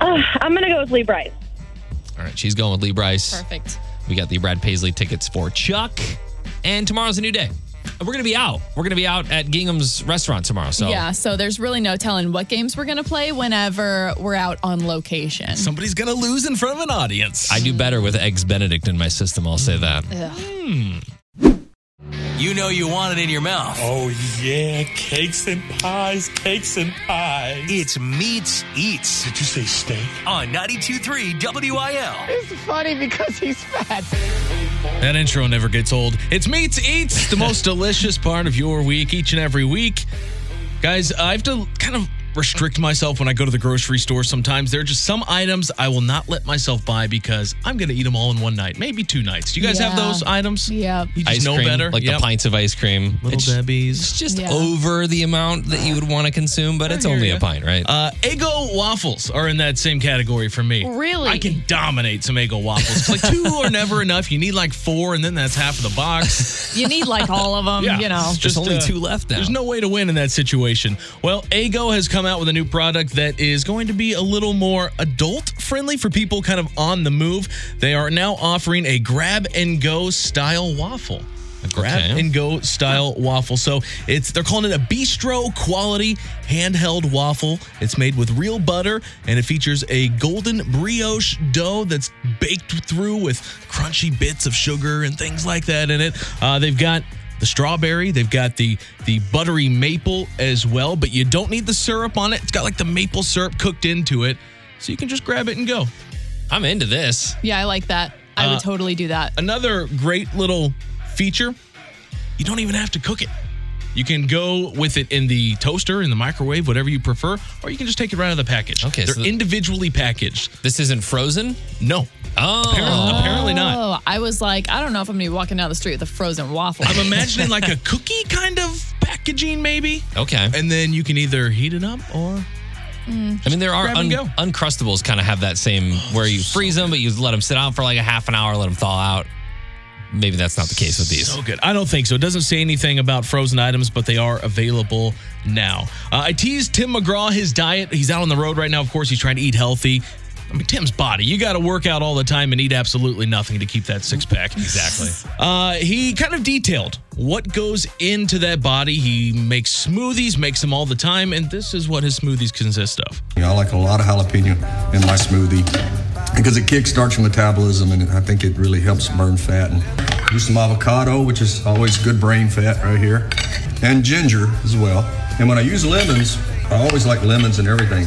G: Uh, I'm going to go with Lee Bryce.
A: All right, she's going with Lee Bryce.
B: Perfect.
A: We got the Brad Paisley tickets for Chuck. And tomorrow's a new day. We're going to be out. We're going to be out at Gingham's restaurant tomorrow. So
B: Yeah, so there's really no telling what games we're going to play whenever we're out on location.
D: Somebody's gonna lose in front of an audience.
A: I do better with Eggs Benedict in my system. I'll say that.
C: you know you want it in your mouth.
H: Oh, yeah, cakes and pies, cakes and pies.
C: It's Meats Eats
H: Did you say steak?
C: on 923 WIL.
D: That intro never gets old. It's Meats Eats,
A: [LAUGHS]
D: the most delicious part of your week, each and every week. Guys, I have to kind of restrict myself when I go to the grocery store sometimes. There are just some items I will not let myself buy because I'm going to eat them all in one night, maybe two nights. Do you guys have
B: Yeah.
D: those items?
B: Yep.
D: You just
A: Ice
D: know
A: cream,
D: better.
A: like
D: Yep.
A: the pints of ice cream.
D: Little
A: it's,
D: Debbie's.
A: it's just
B: Yeah.
A: over the amount that you would want to consume, but it's
D: hear
A: only
D: ya.
A: a pint, right?
D: Uh, Eggo waffles are in that same category for me.
B: Really?
D: I can dominate some Eggo waffles. It's like two are never enough. You need like four, and then that's half of the box.
B: You need like all of
D: [LAUGHS]
B: them, Um, you know.
D: It's
A: There's only
D: uh,
A: two left now.
D: There's no way to win in that situation. Well, Ago has come out with a new product that is going to be a little more adult friendly for people kind of on the move. They are now offering a grab and go style waffle. A grab
A: Okay.
D: and go style waffle. So it's they're calling it a bistro quality handheld waffle. It's made with real butter and it features a golden brioche dough that's baked through with crunchy bits of sugar and things like that in it. Uh, they've got the strawberry. They've got the the buttery maple as well, but you don't need the syrup on it. It's got like the maple syrup cooked into it, so you can just grab it and go.
A: I'm into this.
B: Yeah, I like that. I would totally do that.
D: Another great little feature: you don't even have to cook it. You can go with it in the toaster, in the microwave, whatever you prefer, or you can just take it right out of the package.
A: Okay,
D: they're
A: so the-
D: individually packaged.
A: This isn't frozen.
D: No,
A: Oh,
D: apparently, apparently not.
B: Oh, I was like, I don't know if I'm gonna be walking down the street with a frozen waffle. [LAUGHS]
D: I'm imagining
A: [LAUGHS]
D: like a cookie kind of packaging, maybe,
A: Oh, okay.
D: and then you can either heat it up or
A: I mean, there are
D: grab and
A: un-
D: go.
A: uncrustables kind of have that same where you freeze them, but you let them sit out for like a half an hour, let them thaw out. Maybe that's not the case with these.
D: So good. I don't think so. It doesn't say anything about frozen items, but they are available now. Uh, I teased Tim McGraw his diet. He's out on the road right now. Of course, he's trying to eat healthy. I mean, Tim's body. You got to work out all the time and eat absolutely nothing to keep that six pack.
A: Exactly.
D: Uh, he kind of detailed what goes into that body. He makes smoothies, makes them all the time, and this is what his smoothies consist of.
I: I like a lot of jalapeno in my smoothie because it kickstarts your metabolism and I think it really helps burn fat. And use some avocado, which is always good brain fat right here, and ginger as well. And when I use lemons, I always like lemons and everything,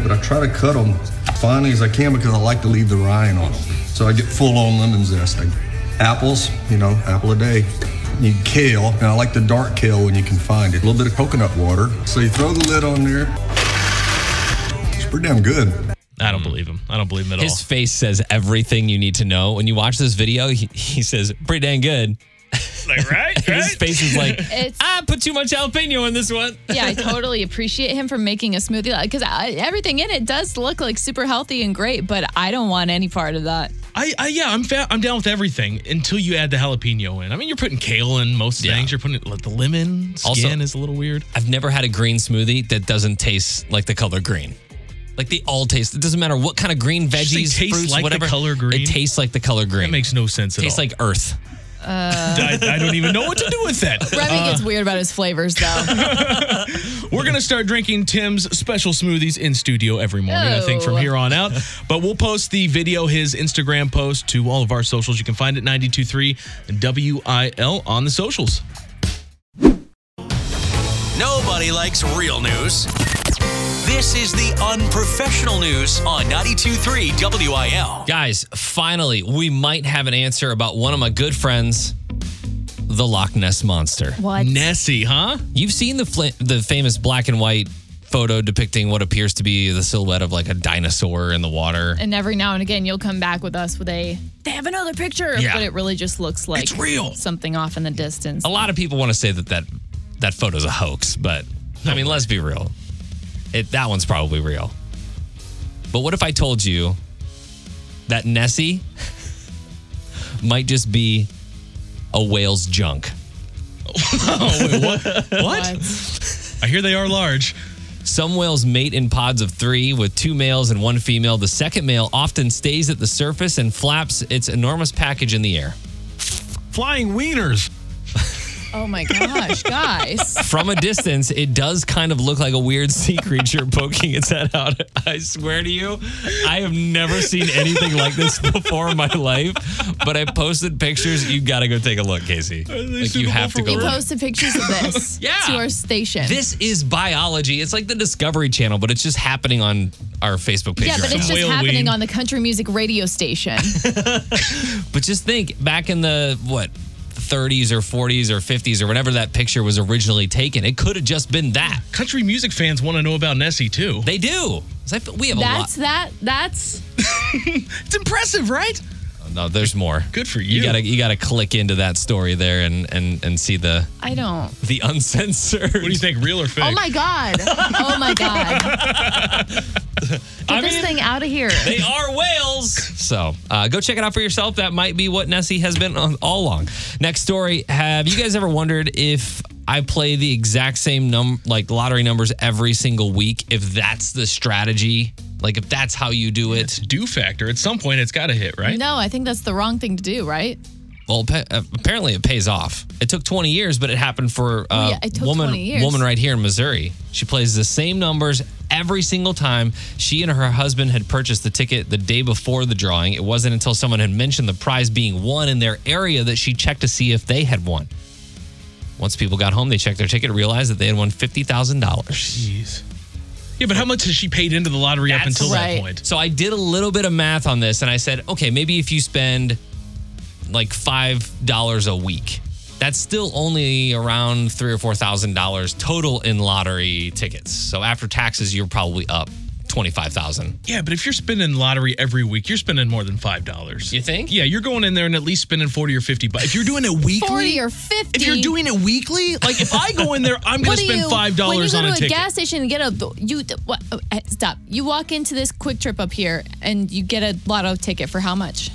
I: but I try to cut them finely as I can because I like to leave the rind on them. So I get full on lemon zesting. Apples, you know, apple a day. You kale, and I like the dark kale when you can find it. A little bit of coconut water. So you throw the lid on there. It's pretty damn good.
D: I don't believe him. I don't believe him at all.
A: Hmm. His face says everything you need to know. When you watch this video, he, he says, pretty dang good. [LAUGHS]
D: Like, right?
A: His face is
D: [LAUGHS]
A: like,
B: It's-
A: I put too much jalapeno in this one.
B: yeah, I totally appreciate him for making a smoothie because everything in it does look like super healthy and great, but I don't want any part of that.
D: I, I yeah, I'm fa- I'm down with everything until you add the jalapeno in. I mean, you're putting kale in most
A: Yeah.
D: things. You're putting like, the lemon skin
A: Also-
D: is a little weird.
A: I've never had a green smoothie that doesn't taste like the color green. Like they all taste. It doesn't matter what kind of green
D: Just they
A: veggies,
D: taste
A: fruits,
D: like the
A: whatever.
D: color green?
A: It tastes like the color green.
D: That makes no sense at
A: tastes
D: all.
A: like earth.
D: like [LAUGHS] I, I don't even know what to do with
A: [LAUGHS]
D: that.
B: Remy gets weird about his flavors though.
D: We're gonna start drinking Tim's special smoothies in studio every morning. I think from
B: Oh.
D: here on out. But we'll post the video, his Instagram post, to all of our socials. You can find it 923 WIL on the socials.
C: Nobody likes real news. This is the unprofessional news on 923 WIL.
A: Guys, finally, we might have an answer about one of my good friends, the Loch Ness Monster.
B: [LAUGHS] What?
D: Nessie, huh?
A: You've seen the fl- the famous black and white photo depicting what appears to be the silhouette of like a dinosaur in the water.
B: And every now and again, you'll come back with us with a they have another picture,
A: Yeah.
B: but it really just looks like
D: It's real.
B: something off in the distance.
A: a lot of people want to say that that, that photo's a hoax, but I mean, let's be real. It, that one's probably real. But what if I told you that Nessie [LAUGHS] might just be a whale's junk?
B: What?
D: I hear they are large.
A: Some whales mate in pods of three with two males and one female. The second male often stays at the surface and flaps its enormous package in the air.
J: Flying wieners.
B: Oh my gosh, [LAUGHS] guys.
A: From a distance, it does kind of look like a weird sea creature [LAUGHS] poking its head out. I swear to you, I have never seen anything like this before in my life. But I posted pictures. You got to go take a look, Casey. Like you
D: suitable
A: have to
D: for
A: go.
B: He
A: look.
B: posted pictures of [LAUGHS] this
A: Yeah.
B: to our station.
A: This is biology. It's like the Discovery Channel, but it's just happening on our Facebook page.
B: yeah, but
A: right
B: it's
A: now.
B: just
D: Whale
B: happening
D: wean.
B: on the country music radio station.
A: But just think back in the what 30s or 40s or 50s or whenever that picture was originally taken, it could have just been that.
D: Country music fans want to know about Nessie too.
A: They do. 'Cause I feel- We have
B: That's
A: a lot.
B: that. That's
D: It's impressive, right?
A: No, there's more.
D: Good for
A: You
D: you.
A: gotta you gotta click into that story there and and and see the
B: I don't.
A: the [LAUGHS] uncensored.
D: What do you think, real or fake?
B: Oh my god. Oh my
D: [LAUGHS]
B: god. Get
A: I
B: this
A: mean-
B: thing out of here.
A: They are whales. So uh, go check it out for yourself. That might be what Nessie has been on all along. Next story. Have you guys ever wondered if I play the exact same num like lottery numbers every single week? If that's the strategy, like if that's how you do it.
D: Do factor. At some point, it's got to hit, right?
B: No, I think that's the wrong thing to do, right?
A: Well, pa- uh, apparently it pays off. It took 20 years, but it happened for a
B: yeah, it took
A: woman
B: 20 years.
A: woman right here in Missouri. She plays the same numbers every single time. She and her husband had purchased the ticket the day before the drawing. It wasn't until someone had mentioned the prize being won in their area that she checked to see if they had won. Once people got home, they checked their ticket, realized that they had won fifty thousand dollars.
D: Jeez. Yeah, but how much has she paid into the lottery up
A: That's
D: until
B: right.
D: that point?
A: So I did a little bit of math on this and I said, okay, maybe if you spend like five dollars a week, that's still only around three or four thousand dollars total in lottery tickets. So after taxes, you're probably up twenty five thousand.
D: Yeah, but if you're spending lottery every week, you're spending more than five dollars.
A: You think?
D: Yeah, you're going in there and at least spending forty or fifty. But if you're doing it weekly,
B: 40 or 50.
D: if you're doing it weekly, like if I go in there, I'm gonna
B: What do
D: spend
B: you-
D: five dollars on
B: When you
D: a
B: go to a
D: ticket.
B: gas station and get a you what, oh, eh, stop. You walk into this quick trip up here and you get a lotto ticket for how much?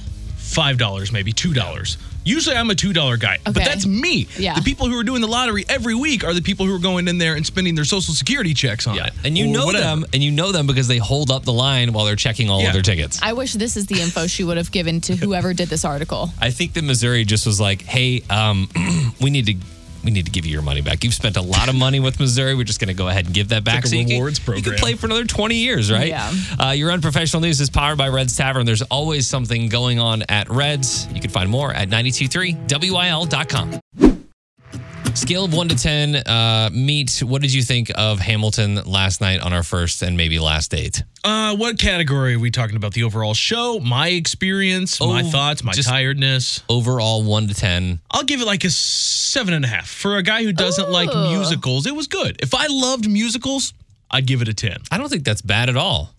D: five dollars, maybe two dollars. Usually I'm a two dollar guy, but
B: Okay.
D: that's me.
B: Yeah.
D: The people who are doing the lottery every week are the people who are going in there and spending their social security checks on it.
A: And you
D: or
A: know
D: whatever.
A: them and you know them because they hold up the line while they're checking all
D: Yeah.
A: of their tickets.
B: I wish this is the info she would have given to whoever did this article.
A: I think that Missouri just was like, hey, um, [CLEARS THROAT] we need to we need to give you your money back. You've spent a lot of money with Missouri. We're just going to go ahead and give that back.
D: like a
A: you can-
D: rewards
A: you can,
D: program.
A: play for another 20 years, right?
B: Yeah.
A: Uh, your unprofessional news is powered by Reds Tavern. There's always something going on at Reds. You can find more at 923wil.com. Scale of 1 to 10, uh, meet. What did you think of Hamilton last night on our first and maybe last date?
D: Uh, what category are we talking about? The overall show, my experience, my
A: Oh,
D: thoughts, my
A: just-
D: tiredness.
A: Overall, 1 to 10.
D: I'll give it like a seven and a half for a guy who doesn't like
B: Ooh.
D: musicals. It was good. If I loved musicals, I'd give it a ten.
A: I don't think that's bad at all.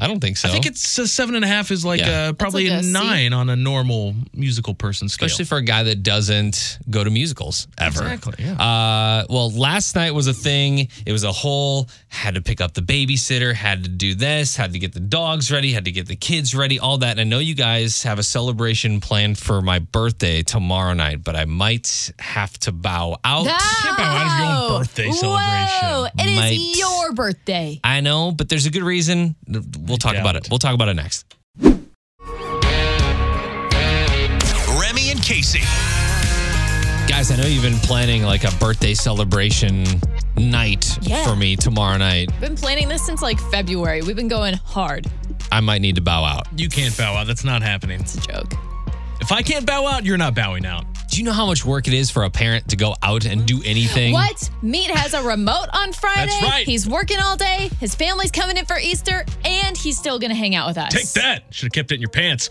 A: I don't think so.
D: I think it's a seven and a half is like
A: Yeah.
D: uh probably
B: like a
D: a,
B: C.
D: nine on a normal musical person scale.
A: especially for a guy that doesn't go to musicals ever.
D: Exactly, yeah.
A: Uh, well, last night was a thing. It was a whole had to pick up the babysitter, had to do this, had to get the dogs ready, had to get the kids ready, all that. And I know you guys have a celebration planned for my birthday tomorrow night, but I might have to bow out.
D: bow out of your own
B: Wow.
D: birthday
B: Whoa,
D: celebration.
B: it is
A: Might.
B: your birthday.
A: I know, but there's a good reason. We'll talk about it.
D: doubt.
A: We'll talk about it next.
C: Remy and Casey.
A: Guys, I know you've been planning like a birthday celebration night
B: Yeah.
A: for me tomorrow night.
B: Been planning this since like February. We've been going hard.
A: I might need to bow out.
D: you can't bow out. That's not happening.
B: It's a joke.
D: Mm. If I can't bow out, you're not bowing out.
A: Do you know how much work it is for a parent to go out and do anything?
B: What? Meat has a remote on Friday.
D: right.
B: He's working all day. His family's coming in for Easter, and he's still gonna hang out with us.
D: Take that. Should have kept it in your [LAUGHS] pants.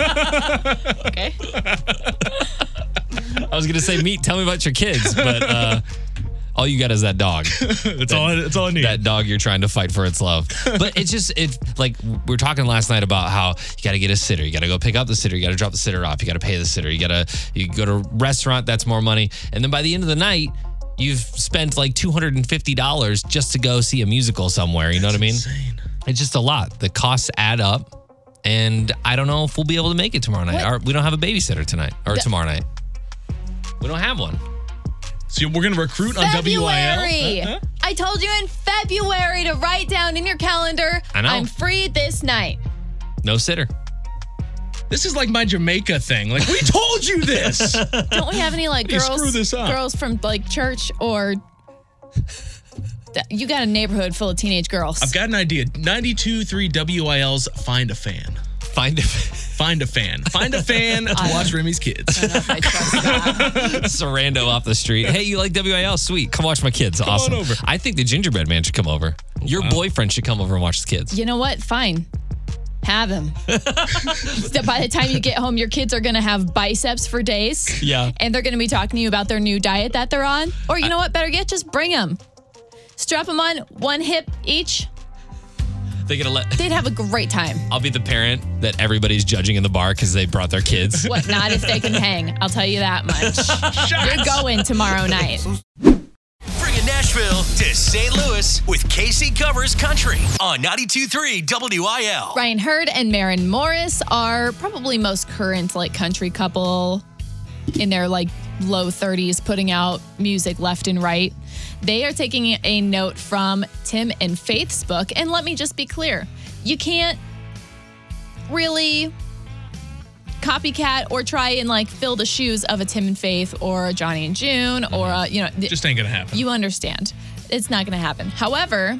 B: Okay.
A: I was gonna say, meat. Tell me about your kids, but uh, all you got is that dog.
D: That's all. That's all I need.
A: That dog you're trying to fight for its love. But it's just it like we were talking last night about how you got to get a sitter, you got to go pick up the sitter, you got to drop the sitter off, you got to pay the sitter, you got to you go to a restaurant, that's more money, and then by the end of the night. You've spent like two hundred and fifty dollars just to go see a musical somewhere. You know what I mean? It's just a lot. The costs add up, and I don't know if we'll be able to make it tomorrow night. Or we don't have a babysitter tonight or tomorrow night. We don't have one.
D: so we're gonna recruit on WIL.
B: February. I told you in February to write down in your calendar.
A: I know.
B: I'm free this night.
A: No sitter.
D: This is like my Jamaica thing. Like, we told you this.
B: Don't we have any like
D: [LAUGHS] You
B: girls?
D: screw this up.
B: Girls from like church or [LAUGHS] Th- you got a neighborhood full of teenage girls.
D: I've got an idea. 92.3 WIL's Find a Fan.
A: Find [LAUGHS] a
D: Find a fan. Find a fan to watch Remy's kids.
B: Uh, I trust
D: [LAUGHS]
B: that.
A: Sarando off the street. Hey, you like WIL? Sweet. Come watch my kids. awesome.
D: over.
A: I think the gingerbread man should come over. Your boyfriend should come over and watch the kids.
B: you know what? Fine. Have him. So By the time you get home, your kids are gonna have biceps for days.
A: Yeah.
B: And they're gonna be talking to you about their new diet that they're on. Or you know what? Better yet, just bring them. Strap them on one hip each.
A: They're gonna let
B: They'd have a great time.
A: I'll be the parent that everybody's judging in the bar because they brought their kids.
B: What? Not if they can hang. I'll tell you that much. You're going tomorrow night.
C: Bringing Nashville to St. Louis with Casey Covers Country on 92.3 WIL.
B: Ryan Hurd and Marin Morris are probably most current like country couple in their like low 30s putting out music left and right. They are taking a note from Tim and Faith's book and let me just be clear. You can't really copycat or try and like fill the shoes of a Tim and Faith or a Johnny and June or a, you know th-
D: Just ain't gonna happen.
B: you understand. It's not going to happen. However,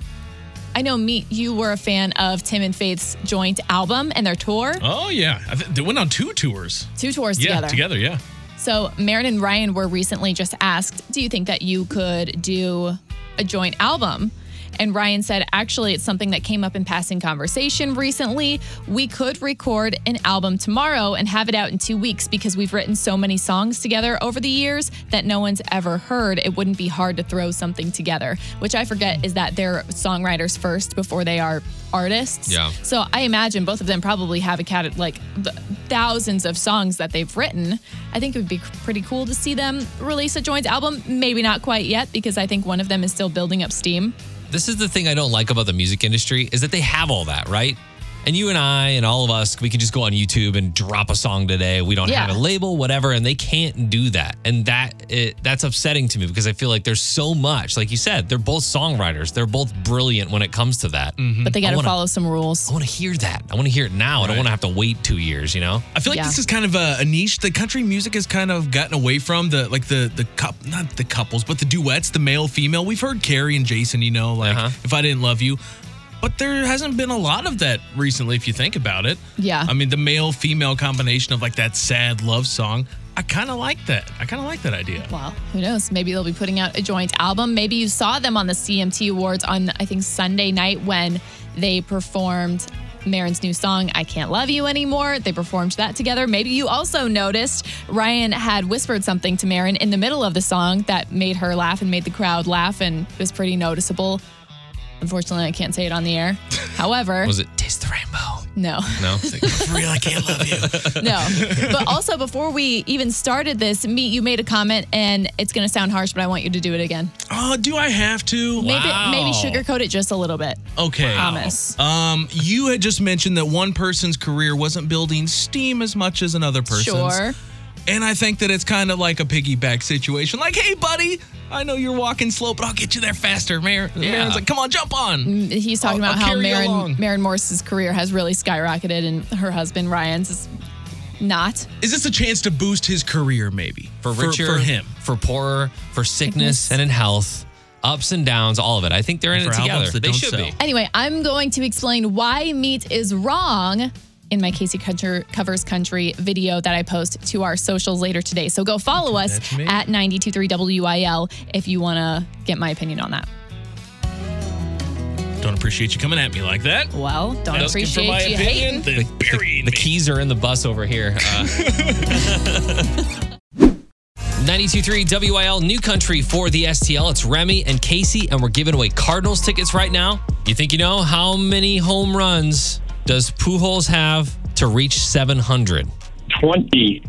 B: I know, Meet, you were a fan of Tim and Faith's joint album and their tour,
D: oh yeah, I th- they went on two tours.
B: two tours
D: Yeah,
B: together.
D: together. Yeah.
B: So, Marin and Ryan were recently just asked, Do you think that you could do a joint album? And Ryan said, Actually, it's something that came up in passing conversation recently. We could record an album tomorrow and have it out in two weeks because we've written so many songs together over the years that no one's ever heard. It wouldn't be hard to throw something together, which I forget is that they're songwriters first before they are artists.
A: Yeah.
B: So I imagine both of them probably have a cat like th- thousands of songs that they've written. I think it would be pretty cool to see them release a joint album. Maybe not quite yet because I think one of them is still building up steam.
A: This is the thing I don't like about the music industry is that they have all that, right? And you and I and all of us, we can just go on YouTube and drop a song today. We don't
B: Yeah.
A: have a label, whatever, and they can't do that. And that it, that's upsetting to me because I feel like there's so much. Like you said, they're both songwriters. They're both brilliant when it comes to that.
B: But they got to
A: wanna-
B: follow some rules.
A: I want to hear that. I want to hear it now. I don't want to have to wait two years. You know?
D: I feel like
B: Yeah.
D: this is kind of a, a niche that country music has kind of gotten away from the like the the cup not the couples but the duets the male female we've heard Carrie and Jason you know like
A: Uh-huh.
D: if I didn't love you but there hasn't been a lot of that recently if you think about it
B: Yeah.
D: I mean the male female combination of like that sad love song I kind of like that I kind of like that idea
B: Well, who knows? Maybe they'll be putting out a joint album. Maybe you saw them on the CMT Awards on, I think, Sunday night when they performed Marin's new song, I Can't Love You Anymore. They performed that together. Maybe you also noticed Ryan had whispered something to Marin in the middle of the song that made her laugh and made the crowd laugh and it was pretty noticeable. Unfortunately, I can't say it on the
A: [LAUGHS]
B: air. However,
A: Was it Taste the Rainbow? [LAUGHS]
B: no.
A: No.
D: For real I can't love you
B: No. But also, before we even started this, Meet, you made a comment, and it's going to sound harsh, but I want you to do it again.
D: oh do I have to
B: Maybe maybe
A: Wow.
B: sugarcoat it just a little bit.
D: Okay.
B: Promise.
D: Um, you had just mentioned that one person's career wasn't building steam as much as another person's.
B: Sure.
D: And I think that it's kind of like a piggyback situation. Like, hey, buddy, I know you're walking slow, but I'll get you there faster, Mayor. Yeah. Mayor's like, come on, jump on.
A: Mm.
B: He's talking
D: I'll-
B: about
D: I'll
B: how
D: carry you
B: Marin
D: along.
B: Marin Morse's career has really skyrocketed and her husband Ryan's is not.
D: Is this a chance to boost his career, maybe?
A: for richer,
D: For, him.
A: for poorer, for sickness, and in health, ups and downs, all of it. I think they're in
D: And
A: it
D: for
A: together.
D: albums that
A: They
D: don't
A: should be.
D: sell.
B: Anyway, I'm going to explain why meat is wrong in my Casey Country Covers Country video that I post to our socials later today. So go follow us
D: me.
B: at 923WIL if you want to get my opinion on that.
D: Don't appreciate you coming at me like that.
B: Well, don't
D: Asking for
B: appreciate
D: my
B: you
D: opinion,
B: hating.
D: then burying
A: The
D: me.
A: keys are in the bus over here. Uh, [LAUGHS] 92.3 WIL, new country for the STL. It's Remy and Casey, and we're giving away Cardinals tickets right now. You think you know how many home runs does Pujols have to reach 700?
J: 20.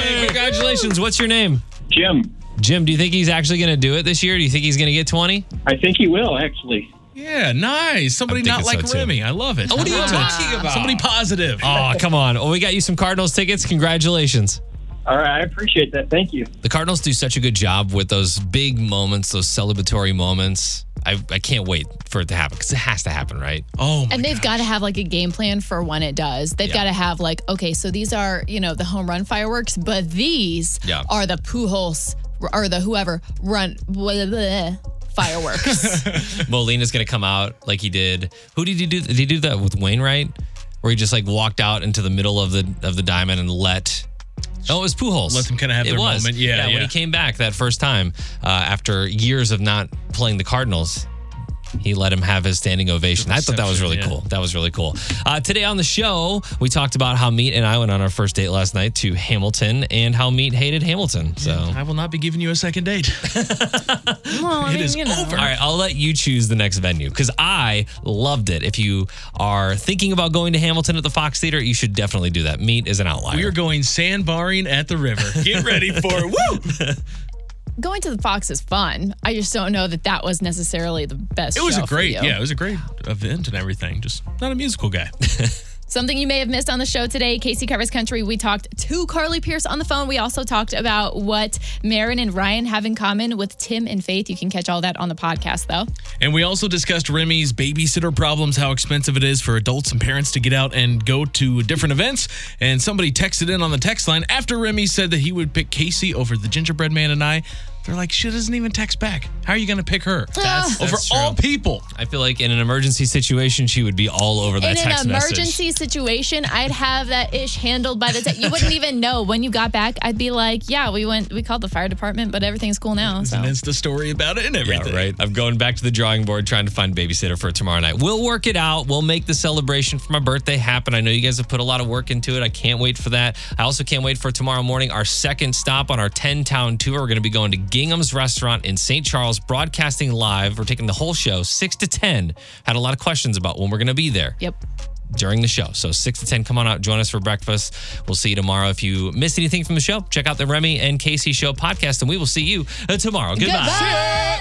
A: Hey, congratulations. What's your name?
J: Jim,
A: Jim, do you think he's actually going to do it this year? Do you think he's going to get 20?
J: I think he will, actually.
D: Yeah, nice. Somebody
A: I'm
D: not
A: thinking
D: like
A: so, too.
D: Remy. I love it.
A: What are you
D: I love it.
A: talking about?
D: [LAUGHS]
A: [LAUGHS]
D: Somebody positive.
A: Oh, come on. Well, we got you some Cardinals tickets. Congratulations.
J: All right, I appreciate that. Thank you.
A: The Cardinals do such a good job with those big moments, those celebratory moments. I, I can't wait for it to happen because it has to happen, right?
D: Oh,
B: and they've got to have like a game plan for when it does. They've got to have like, okay, so these are, you know, the home run fireworks, but these
A: Yeah.
B: are the Pujols or the whoever run [LAUGHS] blah, blah, blah,
A: [LAUGHS]
B: fireworks.
D: [LAUGHS]
A: Molina's gonna come out like he did. Who did he do? Did he do that with Wainwright, where he just like walked out into the middle of the of the diamond and let? Oh, it was Pujols.
D: Let them kinda have
A: it
D: their
A: was.
D: moment. Yeah,
A: yeah.
D: yeah.
A: When he came back that first time uh, after years of not playing the Cardinals, he let him have his standing ovation. I thought that was really
D: reception, yeah.
A: cool. That was really cool. Uh, today on the show, we talked about how Meat and I went on our first date last night to Hamilton and how Meat hated Hamilton. So.
D: I will not be giving you a
A: [LAUGHS]
D: second date. [LAUGHS]
B: well, I
D: It is over.
A: All right, I'll let you choose the next venue because I loved it. If you are thinking about going to Hamilton at the Fox Theater, you should definitely do that. Meat is an outlier.
D: We are going sandbarring at the river. Get ready for
A: [LAUGHS]
D: it. Woo!
B: Going to the Fox is fun. I just don't know that that was necessarily the best.
D: It was
B: show
D: a
B: for
D: great,
B: you.
D: yeah, it was a great event and everything. Just not a musical guy. [LAUGHS]
B: Something you may have missed on the show today, Casey Covers Country. We talked to Carly Pierce on the phone. We also talked about what Marin and Ryan have in common with Tim and Faith. You can catch all that on the podcast, though.
D: And we also discussed Remy's babysitter problems, how expensive it is for adults and parents to get out and go to different events. And somebody texted in on the text line after Remy said that he would pick Casey over the gingerbread man and I. They're like, she doesn't even text back. How are you going to pick her?
B: Ah.
A: That's-
D: over
A: that's true.
D: all people.
A: I feel like in an emergency situation, she would be all over that
B: in
A: text
B: an
A: message.
B: emergency situation, I'd have that ish handled by the time you wouldn't even know when you got back. I'd be like, "Yeah, we went, we called the fire department, but everything's cool now." So.
D: And it's the story about it and
A: Yeah,
D: everything.
A: right. I'm going back to the drawing board trying to find babysitter for tomorrow night. We'll work it out. We'll make the celebration for my birthday happen. I know you guys have put a lot of work into it. I can't wait for that. I also can't wait for tomorrow morning, our second stop on our 10 town tour. We're going to be going to Gingham's Restaurant in St. Charles, broadcasting live. We're taking the whole show, 6 to 10. Had a lot of questions about when we're going to be there
B: Yep.
A: during the show. So 6 to 10, come on out, join us for breakfast. We'll see you tomorrow. If you miss anything from the show, check out the Remy and Casey Show podcast, and we will see you uh, tomorrow. Goodbye.
B: Goodbye.